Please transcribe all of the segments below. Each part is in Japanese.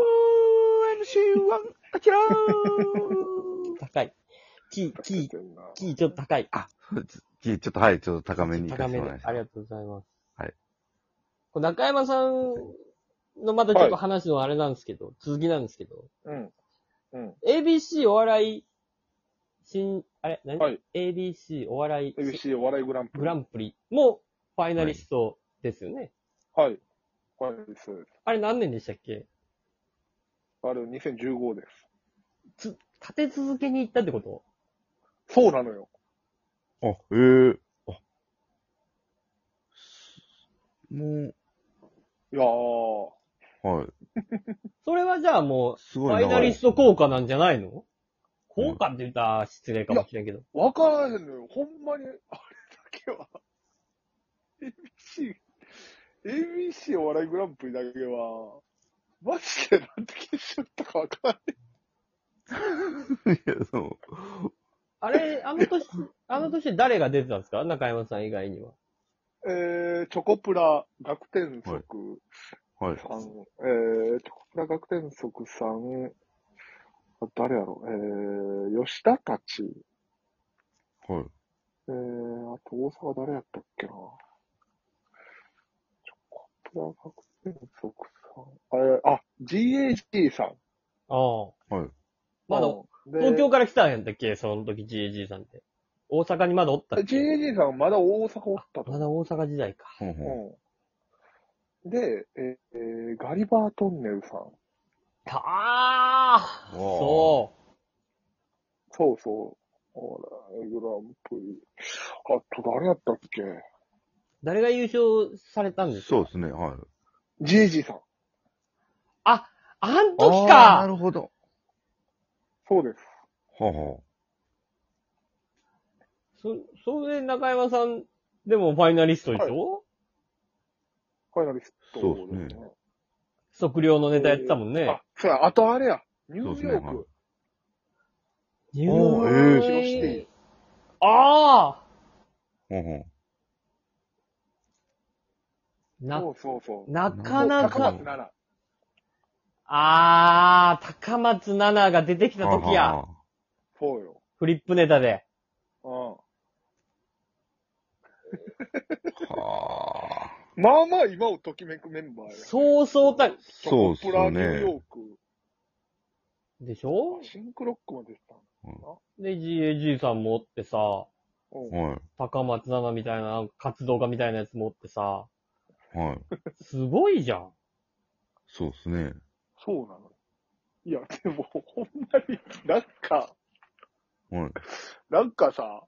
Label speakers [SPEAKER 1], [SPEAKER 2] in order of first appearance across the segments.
[SPEAKER 1] 4MC1、あちゃー
[SPEAKER 2] 高い。キー、キー、キーちょっと高い。
[SPEAKER 1] あ、ちょっと、はい、ちょっと高めに行
[SPEAKER 2] 高
[SPEAKER 1] かせて
[SPEAKER 2] め
[SPEAKER 1] も
[SPEAKER 2] で
[SPEAKER 1] らいま。し
[SPEAKER 2] あ
[SPEAKER 1] た
[SPEAKER 2] り。がとうございます。
[SPEAKER 1] はい
[SPEAKER 2] これ中山さんのまたちょっと話のあれなんですけど、続きなんですけど、
[SPEAKER 3] うん。うん。
[SPEAKER 2] ABC お笑い、新、あれ何、
[SPEAKER 3] はい
[SPEAKER 2] ?ABC お笑い
[SPEAKER 3] ABC お笑いグランプリ。
[SPEAKER 2] グランプリもファイナリストですよね。
[SPEAKER 3] はい。はい、そうです。
[SPEAKER 2] あれ何年でしたっけ
[SPEAKER 3] あれ、2015です。
[SPEAKER 2] つ、立て続けに行ったってこと
[SPEAKER 3] そうなのよ。
[SPEAKER 1] あ、ええあ。も
[SPEAKER 3] いやー。
[SPEAKER 1] う、はい。
[SPEAKER 2] それはじゃあも
[SPEAKER 1] す
[SPEAKER 2] う、フ
[SPEAKER 1] ごい
[SPEAKER 2] ァイナリスト
[SPEAKER 1] こ
[SPEAKER 2] 効果なんじゃないの効果って言ったら失礼かもしれんけど。
[SPEAKER 3] わからないのよ。ほんまに、あれだけは。ABC、ABC お笑いグランプリだけは、マジでなんて決勝だったかわから
[SPEAKER 1] う。
[SPEAKER 3] ない。
[SPEAKER 1] いや、そう。
[SPEAKER 2] あれ、あの年、あの年誰が出てたんですか中山さん以外には。
[SPEAKER 3] えー、チョコプラ、学天則
[SPEAKER 1] はい。
[SPEAKER 3] さん、えー、チョコプラ学天則さん、あ誰やろ、えー、吉田たち、
[SPEAKER 1] はい。
[SPEAKER 3] えー、あと大阪誰やったっけな。チョコプラ学天則さん、えー、あ、GAG さん。
[SPEAKER 2] ああ。
[SPEAKER 1] はい。
[SPEAKER 2] まだ、
[SPEAKER 3] うん、
[SPEAKER 2] 東京
[SPEAKER 3] か
[SPEAKER 2] から来たんやったっけその時 GAG さんって。大阪にまだおったっけ
[SPEAKER 3] GAG さんまだ大阪おったと。
[SPEAKER 2] まだ大阪時代か。
[SPEAKER 1] ほんほん。
[SPEAKER 3] うん。で、えー、ガリバートンネルさん。
[SPEAKER 2] ああ
[SPEAKER 1] わあ
[SPEAKER 2] そう。
[SPEAKER 3] そうそう。ほら、グランプリ。あと誰やったっけ
[SPEAKER 2] 誰が優勝されたんですか
[SPEAKER 1] そうですね、はい。
[SPEAKER 3] ?GAG さん。
[SPEAKER 2] あん時
[SPEAKER 1] あーな
[SPEAKER 2] か
[SPEAKER 1] るほど。
[SPEAKER 3] そうです。
[SPEAKER 1] はあは
[SPEAKER 2] そ、それで中山さん、でもファイナリストでしょ、
[SPEAKER 3] ファイナリスト、
[SPEAKER 1] そうです
[SPEAKER 3] ね。
[SPEAKER 2] 測量のネタやってたもんね
[SPEAKER 3] あ。、そうや、あとあれや。ニ
[SPEAKER 1] そう
[SPEAKER 3] ュ
[SPEAKER 1] で
[SPEAKER 3] ー
[SPEAKER 1] す
[SPEAKER 3] ヨ
[SPEAKER 1] ね
[SPEAKER 3] ー
[SPEAKER 1] はい
[SPEAKER 3] ク。
[SPEAKER 2] ニュ
[SPEAKER 1] おー
[SPEAKER 2] ーヨーク
[SPEAKER 3] えー広していい
[SPEAKER 2] ああ
[SPEAKER 1] あ。ほんほん。
[SPEAKER 2] な
[SPEAKER 3] そ、うそうそう。
[SPEAKER 2] なかな
[SPEAKER 3] 高
[SPEAKER 2] か
[SPEAKER 3] 松、奈々。
[SPEAKER 2] ああ、高松菜奈が出てきた時
[SPEAKER 1] はあ
[SPEAKER 2] や。
[SPEAKER 1] はあ。
[SPEAKER 3] そうよ。
[SPEAKER 2] フリップネタで。
[SPEAKER 3] う
[SPEAKER 1] はあ。
[SPEAKER 3] ん。まあまあ今をときめくメンバーや。
[SPEAKER 2] そうそうた、
[SPEAKER 1] そうっす
[SPEAKER 3] チョコプラ
[SPEAKER 1] よ
[SPEAKER 3] ニューヨ
[SPEAKER 1] ね
[SPEAKER 3] ー。ク。
[SPEAKER 2] でしょ
[SPEAKER 3] シンクロックまでした。
[SPEAKER 2] で、GAG さんもおってさ、
[SPEAKER 3] うん。
[SPEAKER 1] は
[SPEAKER 2] 高松菜奈みたいな活動家みたいなやつもおってさ、
[SPEAKER 1] い。はい。
[SPEAKER 2] すごいじゃん。
[SPEAKER 1] そうですね。
[SPEAKER 3] そうなの。いや、でも、ほんまに、なんか、
[SPEAKER 1] はい。
[SPEAKER 3] なんかさ、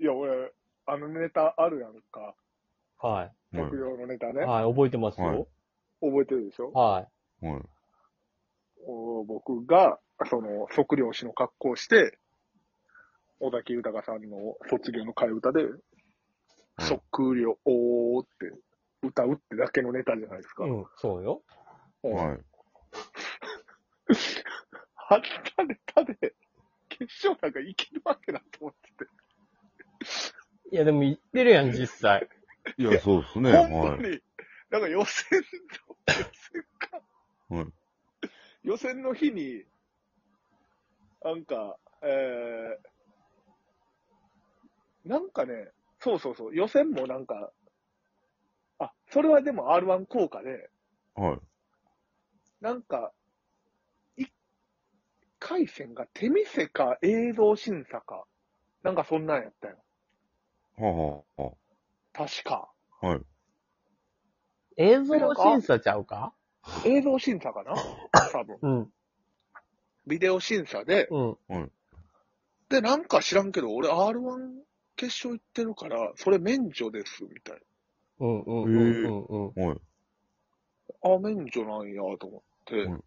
[SPEAKER 3] いや、俺、あのネタあるやんか。
[SPEAKER 2] は
[SPEAKER 1] はい
[SPEAKER 3] 食。用のネタ
[SPEAKER 2] い。
[SPEAKER 3] ね。
[SPEAKER 2] はい、覚えてます
[SPEAKER 1] はい
[SPEAKER 2] よ。
[SPEAKER 3] 覚えてるでしょ
[SPEAKER 2] はい。
[SPEAKER 1] はい。
[SPEAKER 3] お僕が、その、測量士の格好をして、小崎豊さんの卒業の替え歌で、測量って歌うってだけのネタじゃないですか。
[SPEAKER 2] うん、そうよ。
[SPEAKER 3] うん
[SPEAKER 1] はい。
[SPEAKER 3] あったネタで、決勝なんかいけるわけだと思ってて。
[SPEAKER 2] いや、でも言ってるやん、実際。
[SPEAKER 1] いや、そうですね。
[SPEAKER 3] ほん
[SPEAKER 1] は
[SPEAKER 3] まに、なんか予選の、予選か、
[SPEAKER 1] い。はい。
[SPEAKER 3] 予選の日に、なんか、えー、なんかね、そうそうそう、予選もなんか、あ、それはでも R1 効果で、
[SPEAKER 1] はい。
[SPEAKER 3] なんか、一回戦が手見せか映像審査か、なんかそんなんやったよ。
[SPEAKER 1] はあはあは
[SPEAKER 3] 確か。
[SPEAKER 1] あ。はい。
[SPEAKER 2] 映像審査ちゃうか
[SPEAKER 3] 映像審査 かな多分。
[SPEAKER 2] うん、
[SPEAKER 3] ビデオ審査で、
[SPEAKER 2] うん。
[SPEAKER 3] で、なんか知らんけど、俺 R1 決勝行ってるから、それ免除です、みたい
[SPEAKER 2] うんうんうんうんうん。
[SPEAKER 1] はい。
[SPEAKER 3] な。あ、免除なんや、と思って。
[SPEAKER 1] うん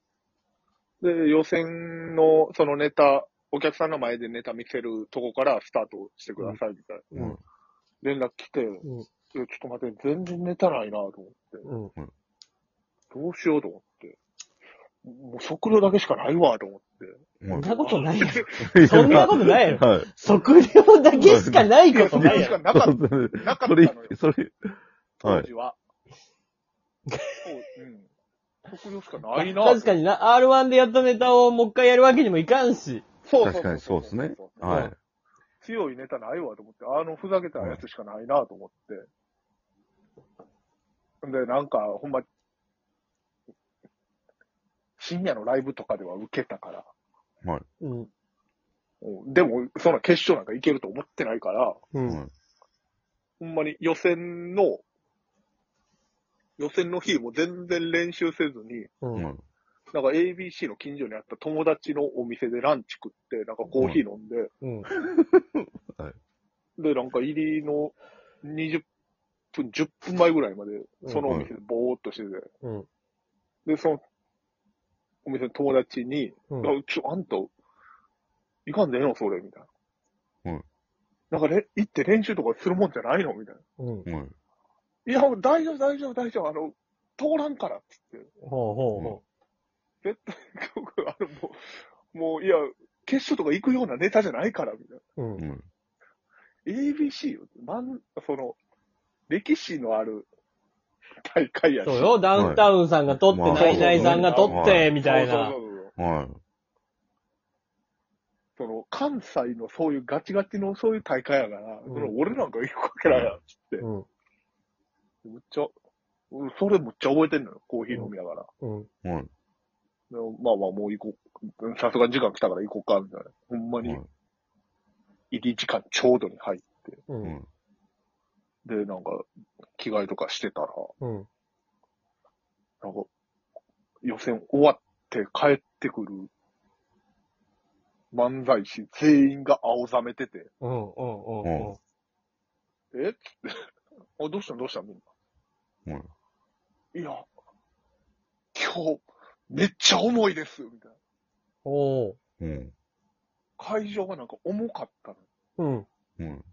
[SPEAKER 3] で、予選の、そのネタ、お客さんの前でネタ見せるとこからスタートしてください、みたいな。
[SPEAKER 2] うん
[SPEAKER 3] 連絡来て、
[SPEAKER 2] ん
[SPEAKER 3] いやちょっと待って、全然ネタないな、と思って。
[SPEAKER 2] うん。
[SPEAKER 3] どうしようと思って。もう測量だけしかないわ、と思って。
[SPEAKER 2] そん
[SPEAKER 1] は
[SPEAKER 2] なことない やろ。
[SPEAKER 1] い。
[SPEAKER 2] そんなことないよ。
[SPEAKER 1] はい。
[SPEAKER 2] 測量だけしかないこと
[SPEAKER 3] 測
[SPEAKER 2] ない
[SPEAKER 3] 量し
[SPEAKER 2] や
[SPEAKER 3] か
[SPEAKER 2] ろ。
[SPEAKER 3] なか った、なかったのよ
[SPEAKER 1] それ、それ、
[SPEAKER 3] 当
[SPEAKER 1] はい。
[SPEAKER 3] 時は。そううん測量しかないな。
[SPEAKER 2] 確かにな、R1 でやったネタをもう一回やるわけにもいかんし。
[SPEAKER 3] そうそ
[SPEAKER 1] 確
[SPEAKER 3] う
[SPEAKER 1] かにそうですね。
[SPEAKER 2] ん
[SPEAKER 1] はい。
[SPEAKER 3] 強いネタないわと思って、あのふざけたやつしかないなと思って。で、なんか、ほんま、深夜のライブとかでは受けたから。
[SPEAKER 2] うん。
[SPEAKER 3] うんでも、そんな決勝なんかいけると思ってないから、
[SPEAKER 2] う。
[SPEAKER 1] うんん。
[SPEAKER 3] ほんまに予選の、予選の日も全然練習せずに、
[SPEAKER 2] う。
[SPEAKER 1] うんん。
[SPEAKER 3] なんか ABC の近所にあった友達のお店でランチ食って、なんかコーヒー飲んで、
[SPEAKER 2] うん。
[SPEAKER 3] で、なんか入りの20分、10分前ぐらいまで、そのお店でぼーっとしてて、
[SPEAKER 2] うん。
[SPEAKER 3] で、その、お店の友達に、
[SPEAKER 2] うん。
[SPEAKER 3] あちょ、あんた、いかんでええのそれ、みたいな。
[SPEAKER 1] うん。
[SPEAKER 3] なんかれ、行って練習とかするもんじゃないのみたいな。
[SPEAKER 2] うん。
[SPEAKER 1] うん。
[SPEAKER 3] いや、もう大丈夫、大丈夫、大丈夫、あの、通らんから、つって。
[SPEAKER 2] ほうほうほ
[SPEAKER 3] あの、もう、もう、いや、決勝とか行くようなネタじゃないから、みたいな。
[SPEAKER 2] う。う。
[SPEAKER 1] うんん。
[SPEAKER 3] ABC よ。なん、その、歴史のある大会やし。
[SPEAKER 2] そうよ、ダウンタウンさんが撮って、
[SPEAKER 1] はい
[SPEAKER 2] ナイナイさんが撮って、みたいな
[SPEAKER 3] そう。そうそうそう
[SPEAKER 1] はい。
[SPEAKER 3] その、関西のそういうガチガチのそういう大会やから、
[SPEAKER 2] うん
[SPEAKER 3] その俺なんか行くわけないやん、つって。
[SPEAKER 2] うん。
[SPEAKER 3] むっちゃ、俺それむっちゃ覚えてんのよ、コーヒー飲みながら。
[SPEAKER 2] うん。
[SPEAKER 1] うん。
[SPEAKER 3] でもまあまあ、もう行こう。さすがに時間来たから行こうか、みたいな。ほんま
[SPEAKER 1] う
[SPEAKER 3] に
[SPEAKER 1] ん。
[SPEAKER 3] 入り時間ちょうどに入って、
[SPEAKER 2] う。
[SPEAKER 1] うんん。
[SPEAKER 3] で、なんか、着替えとかしてたら、
[SPEAKER 2] うん。
[SPEAKER 3] なんか、予選終わって帰ってくる漫才師全員が青ざめてて、
[SPEAKER 2] うん。うん。うん。
[SPEAKER 3] えっつ って、あ、どうしたのどうしたのみん
[SPEAKER 1] うん。
[SPEAKER 3] な。いや、今日、めっちゃ重いですみたいな。
[SPEAKER 2] おー。
[SPEAKER 1] うん。
[SPEAKER 3] 会場がなんか重かった
[SPEAKER 2] うん。
[SPEAKER 1] うん。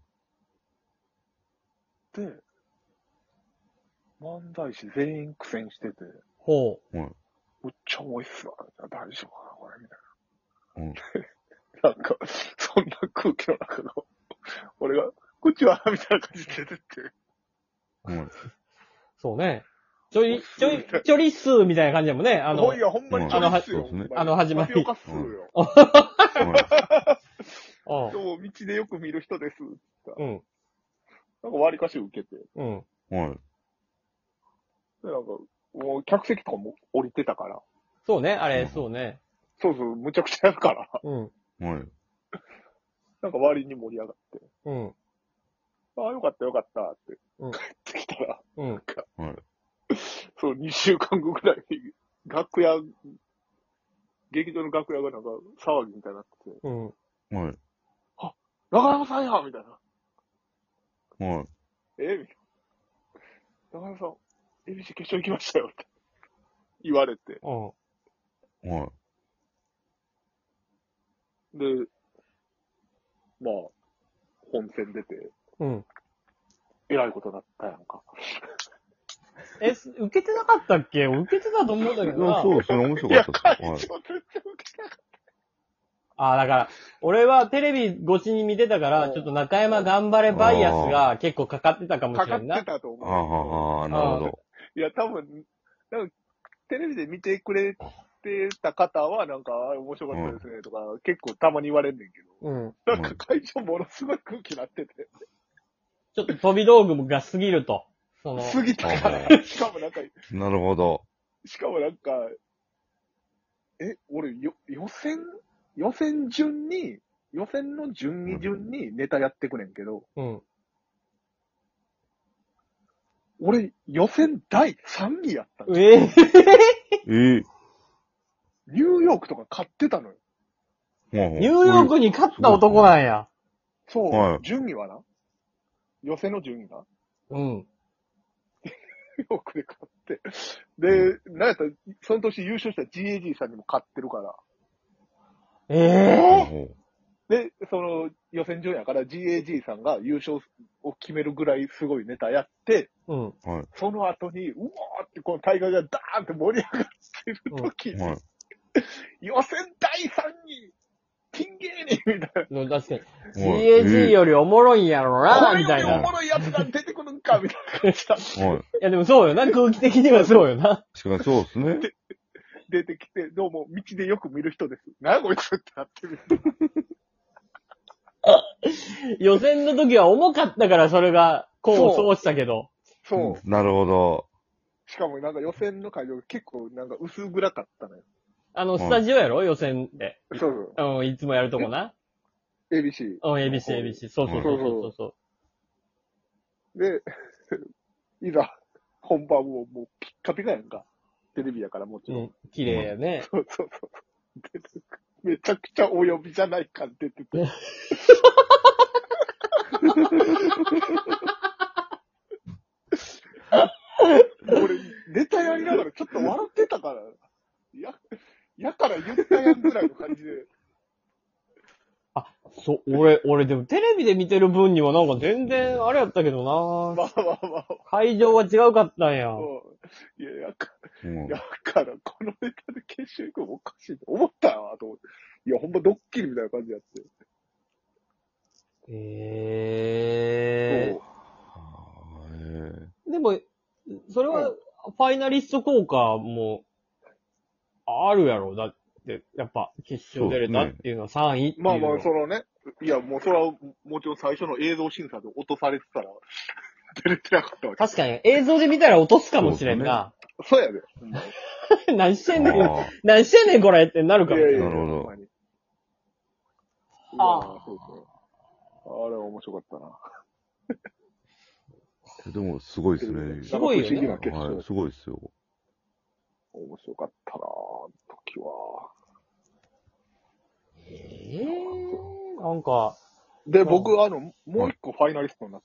[SPEAKER 3] の。で、漫才師全員苦戦してて、
[SPEAKER 2] ほ
[SPEAKER 3] めっちゃ重いっすわ。大丈夫かなこれ、みた
[SPEAKER 1] うん。
[SPEAKER 3] いな。なんか、そんな空気の中の、俺が、こっちは、みたいな感じで出てって。
[SPEAKER 1] うん。
[SPEAKER 2] う。そうね。ちょい、ちょい、ちょりっすーみたいな感じやもんね。あ
[SPEAKER 3] あ
[SPEAKER 2] の
[SPEAKER 3] の、い、や、ほんまに
[SPEAKER 1] あ
[SPEAKER 2] の
[SPEAKER 3] チョイスよ
[SPEAKER 1] そうですね
[SPEAKER 3] ほんに
[SPEAKER 2] あの始まり
[SPEAKER 3] タピオカっすよ。
[SPEAKER 2] うん
[SPEAKER 3] そう、道でよく見る人です。
[SPEAKER 2] うん。
[SPEAKER 3] なんか割りかし受けて。で、
[SPEAKER 2] うん。
[SPEAKER 1] うん。
[SPEAKER 3] なんか、もう客席とかも降りてたから。
[SPEAKER 2] そうね、あ
[SPEAKER 1] う
[SPEAKER 2] れ、
[SPEAKER 1] ん
[SPEAKER 2] そうね。
[SPEAKER 3] そうそう、むちゃくちゃやるから。
[SPEAKER 2] うん。
[SPEAKER 1] うん。
[SPEAKER 3] なんか割に盛り上がって。
[SPEAKER 2] うん。
[SPEAKER 3] ああ、よかったよかったって。
[SPEAKER 2] うん
[SPEAKER 3] 帰ってきたら、
[SPEAKER 2] うん。
[SPEAKER 1] うん。
[SPEAKER 3] そう、2週間後ぐらいに、楽屋、劇場の楽屋がなんか騒ぎみたいになってて、
[SPEAKER 2] うん。
[SPEAKER 1] うん。
[SPEAKER 3] 中山さんやみたいな。
[SPEAKER 1] うん。
[SPEAKER 3] えみたいな。中山さん、ABC 決勝行きましたよって言われて。
[SPEAKER 2] うん。
[SPEAKER 1] うん。
[SPEAKER 3] で、まあ、本戦出て、
[SPEAKER 2] うん。
[SPEAKER 3] えらいことだったやんか。
[SPEAKER 2] え、す受けてなかったっけ俺受けてたと思うんだけどな。
[SPEAKER 1] そうですね、面白
[SPEAKER 3] い
[SPEAKER 1] か
[SPEAKER 3] や、
[SPEAKER 1] った
[SPEAKER 3] 会
[SPEAKER 1] です。はい
[SPEAKER 3] 長全然受けなかっ
[SPEAKER 2] ああ、だから、俺はテレビ越しに見てたから、
[SPEAKER 3] うん
[SPEAKER 2] ちょっと中山頑張れバイアスが結構かかってたかも
[SPEAKER 3] た。
[SPEAKER 2] しれ
[SPEAKER 3] か
[SPEAKER 2] ん
[SPEAKER 3] かっ
[SPEAKER 2] な
[SPEAKER 3] て。たと
[SPEAKER 1] ああ、
[SPEAKER 3] 思
[SPEAKER 1] はあ、なるほど。
[SPEAKER 3] う。いや、多分、なんか、テレビで見てくれてた方は、なんか、あ面白かったですね、とか、結構たまに言われんねんけ
[SPEAKER 2] うん。
[SPEAKER 3] ど、なんか会場ものすごい空気になってて、
[SPEAKER 2] ちょっと飛び道具が過ぎると。その、
[SPEAKER 3] 過ぎたか
[SPEAKER 1] う
[SPEAKER 3] ら、しかもなんか、
[SPEAKER 1] なるほど。
[SPEAKER 3] しかもなんか、え、俺、よ、予選、予選順に、予選の順に順にネタやってくねんけど、
[SPEAKER 2] うん。
[SPEAKER 3] 俺、予選第3位やったの
[SPEAKER 2] ええ
[SPEAKER 1] ええ。
[SPEAKER 3] ニューヨークとか買ってたのよ。
[SPEAKER 2] ニューヨークに勝った男なんや。
[SPEAKER 3] そう、
[SPEAKER 1] はい
[SPEAKER 3] 順位はな。予選の順位が。
[SPEAKER 2] うん。
[SPEAKER 3] ニューヨークで買って。で、なんやったら、その年優勝した GAG さんにも買ってるから。
[SPEAKER 2] ええ
[SPEAKER 3] で、その予選順位やから GAG さんが優勝を決めるぐらいすごいネタやって、
[SPEAKER 2] うん。
[SPEAKER 3] その後に、うわーってこの大会がダーンって盛り上がってる時に、
[SPEAKER 1] はい。
[SPEAKER 3] 予選第3位ピン芸人みたいな。
[SPEAKER 2] の確かに。
[SPEAKER 1] はい
[SPEAKER 2] CAG よりおもろいんやろ
[SPEAKER 3] こ
[SPEAKER 2] な、
[SPEAKER 3] れ
[SPEAKER 2] み
[SPEAKER 3] よ
[SPEAKER 2] た
[SPEAKER 3] り
[SPEAKER 2] い
[SPEAKER 3] お
[SPEAKER 2] な。い
[SPEAKER 3] もろいやつが出てくるんか、みたいな感じだ。
[SPEAKER 1] はい。
[SPEAKER 2] や、でもそうよな。空気的にはそうよな。
[SPEAKER 1] 確かにそうですね。
[SPEAKER 3] 出てきて、どうも道でよく見る人です。なやこいつってなってる。
[SPEAKER 2] 予選の時は重かったから、それが、こ
[SPEAKER 3] そう
[SPEAKER 2] う、そうしたけど。
[SPEAKER 3] そう。
[SPEAKER 1] なるほど。
[SPEAKER 3] しかもなんか予選の会場が結構なんか薄暗かったのよ。
[SPEAKER 2] あの、
[SPEAKER 1] はい
[SPEAKER 2] スタジオやろ予選で。
[SPEAKER 3] そう
[SPEAKER 2] うん、いつもやるとこな。
[SPEAKER 3] そう。ABC。
[SPEAKER 2] うん、ABC、ABC。そうそうそうそうそう。
[SPEAKER 3] で、 いざ、本番ももうピッカピカやんか。テレビやからもち
[SPEAKER 2] う
[SPEAKER 3] ろん。
[SPEAKER 2] ん、綺麗やね。
[SPEAKER 3] そうそうそう。出てくめちゃくちゃお呼びじゃないか出てて。俺、ネタやりながらちょっと笑ってたから、や、やから言ったやんぐらいの感じで。
[SPEAKER 2] そう、俺、俺でもテレビで見てる分にはなんか全然あれやったけど
[SPEAKER 3] ま
[SPEAKER 2] な
[SPEAKER 3] あまあまあ。
[SPEAKER 2] 会場は違うかったんや。
[SPEAKER 3] そういや、やか
[SPEAKER 1] うん。
[SPEAKER 3] だから、このネタで決勝行くのおかしいと思ったよな、と思って。いや、ほんまドッキリみたいな感じやって。
[SPEAKER 2] え
[SPEAKER 1] あーえ
[SPEAKER 2] ー。でも、それは、ファイナリスト効果も、あるやろ。だって、やっぱ、決勝出れたっていうのは3位っていうの
[SPEAKER 3] ま
[SPEAKER 2] は
[SPEAKER 3] あまあ、そのね、いや、もうそれは、もちろん最初の映像審査で落とされてたら、 出れてなかったわけ。
[SPEAKER 2] 確かに、映像で見たら落とすかもしれんな。
[SPEAKER 3] そうやで。ほんまに
[SPEAKER 2] 何してんね
[SPEAKER 1] ー
[SPEAKER 2] ん。
[SPEAKER 1] あー
[SPEAKER 2] 何してんねん、これってなるかもし
[SPEAKER 3] いやい
[SPEAKER 2] れ
[SPEAKER 3] や
[SPEAKER 2] ん。
[SPEAKER 1] なるほど
[SPEAKER 3] ほんまにう
[SPEAKER 2] あ
[SPEAKER 3] わそうそうあれは面白かったな。
[SPEAKER 1] でも、すごいですね。
[SPEAKER 2] すごいよね
[SPEAKER 3] 不思議な決勝
[SPEAKER 1] はい、。すごいですよ。
[SPEAKER 3] 面白かったな、あの時は。
[SPEAKER 2] えー、なんか、
[SPEAKER 3] で、
[SPEAKER 2] ん
[SPEAKER 3] 僕、あの、もう一個ファイナリストになっ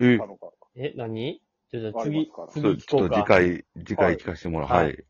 [SPEAKER 1] え
[SPEAKER 3] たのが、
[SPEAKER 2] え、何じゃあじゃあ
[SPEAKER 3] あ
[SPEAKER 2] 次
[SPEAKER 3] りま、すか
[SPEAKER 2] 次
[SPEAKER 1] ちょっ
[SPEAKER 3] ら
[SPEAKER 2] 聞こう
[SPEAKER 1] と
[SPEAKER 2] か。
[SPEAKER 1] 次回、次回聞かせてもらう。
[SPEAKER 2] はい
[SPEAKER 1] はい